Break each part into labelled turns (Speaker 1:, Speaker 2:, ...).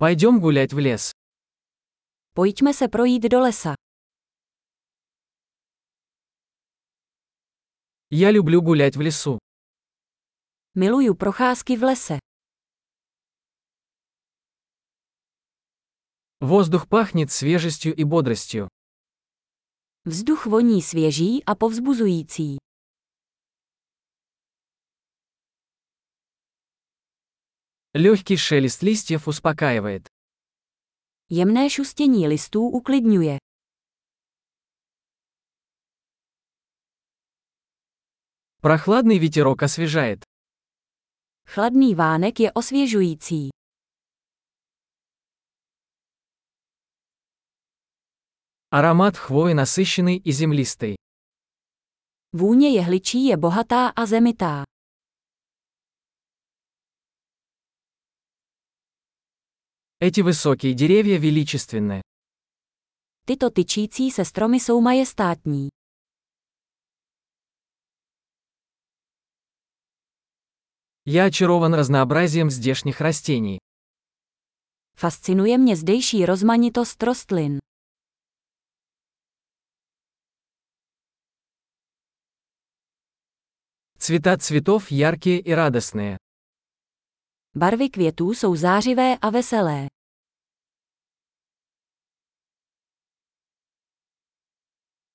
Speaker 1: Пойдем гулять в лес.
Speaker 2: Pojďme se projít do lesa.
Speaker 1: Я люблю гулять в лесу.
Speaker 2: Miluju procházky v lese.
Speaker 1: Воздух пахнет свежестью и бодростью.
Speaker 2: Vzduch voní svěží a povzbuzující.
Speaker 1: Легкий шелест листьев успокаивает.
Speaker 2: Jemné šustění listů uklidňuje.
Speaker 1: Прохладный ветерок освежает.
Speaker 2: Chladný vánek je osvěžující.
Speaker 1: Аромат хвои насыщенный и землистый.
Speaker 2: Vůně jehličí je bohatá a zemitá.
Speaker 1: Эти высокие деревья величественны.
Speaker 2: Tyto tyčící se stromy jsou majestátní.
Speaker 1: Я очарован разнообразием здешних растений.
Speaker 2: Fascinuje mě zdejší rozmanitost rostlin.
Speaker 1: Цвета цветов яркие и радостные.
Speaker 2: Barvy květů jsou zářivé a veselé.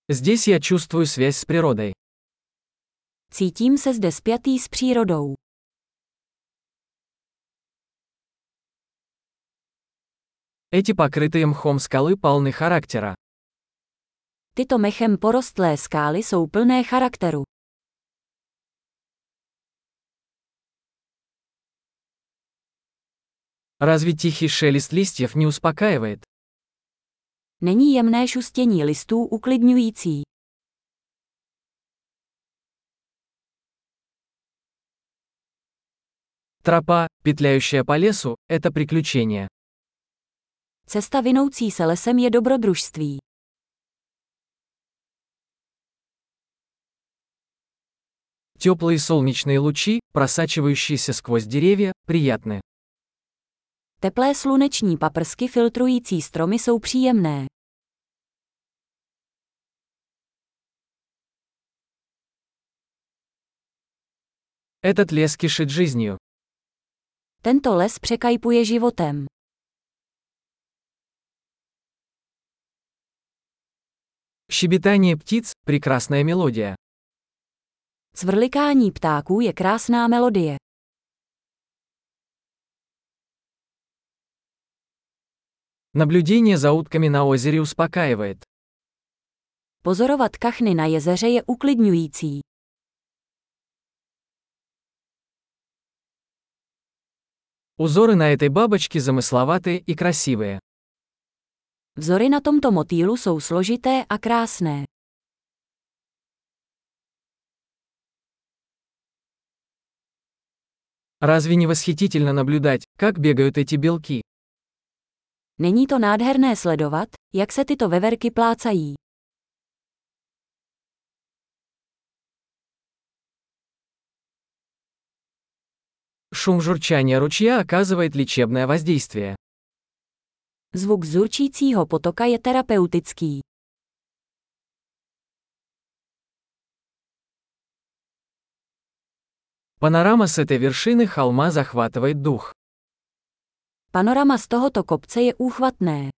Speaker 1: Здесь я чувствую связь с природой.
Speaker 2: Cítím se zde spjatý s přírodou.
Speaker 1: Эти покрытые мхом скалы полны характера.
Speaker 2: Tyto mechem porostlé skály jsou plné charakteru.
Speaker 1: Разве тихий шелест листьев не успокаивает?
Speaker 2: Není jemné šustění listů uklidňující.
Speaker 1: Тропа, петляющая по лесу, это приключение.
Speaker 2: Cesta vinoucí se lesem je dobrodružství.
Speaker 1: Теплые солнечные лучи, просачивающиеся сквозь деревья, приятны.
Speaker 2: Teplé sluneční paprsky filtrující stromy jsou příjemné.
Speaker 1: Этот лес кишит жизнью.
Speaker 2: Tento les překajpuje životem.
Speaker 1: Щебетание птиц – прекрасная мелодия.
Speaker 2: Cvrlikání ptáků je krásná melodie.
Speaker 1: Наблюдение за утками на озере успокаивает.
Speaker 2: Pozorovat kachny na jezeře je uklidňující.
Speaker 1: Узоры на этой бабочке замысловатые и красивые.
Speaker 2: Vzory na tomto motýlu jsou složité a krásné.
Speaker 1: Разве не восхитительно наблюдать, как бегают эти белки?
Speaker 2: Není to nádherné sledovat, jak se tyto veverky plácají.
Speaker 1: Шум журчания ручья оказывает лечебное воздействие.
Speaker 2: Zvuk zurčícího potoka je terapeutický.
Speaker 1: Панорама с этой вершины холма захватывает дух.
Speaker 2: Panorama z tohoto kopce je úchvatné.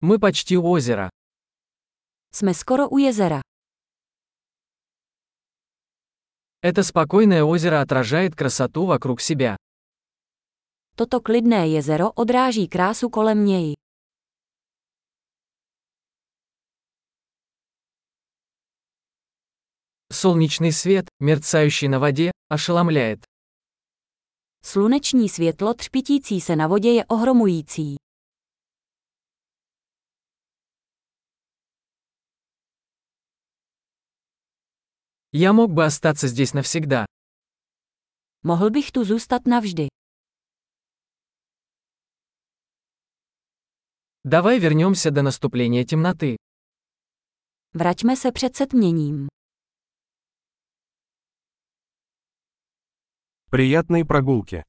Speaker 1: Мы почти у озера.
Speaker 2: Jsme skoro u jezera.
Speaker 1: Это спокойное озеро отражает красоту вокруг себя.
Speaker 2: Toto klidné jezero odráží krásu kolem něj.
Speaker 1: Солнечный свет, мерцающий на воде, ошеломляет.
Speaker 2: Sluneční světlo třpitící se na vodě je ohromující.
Speaker 1: Я мог бы остаться здесь навсегда.
Speaker 2: Mohl bych tu zůstat navždy.
Speaker 1: Давай вернемся до наступления темноты.
Speaker 2: Vraťme se před setměním.
Speaker 3: Приятной прогулки!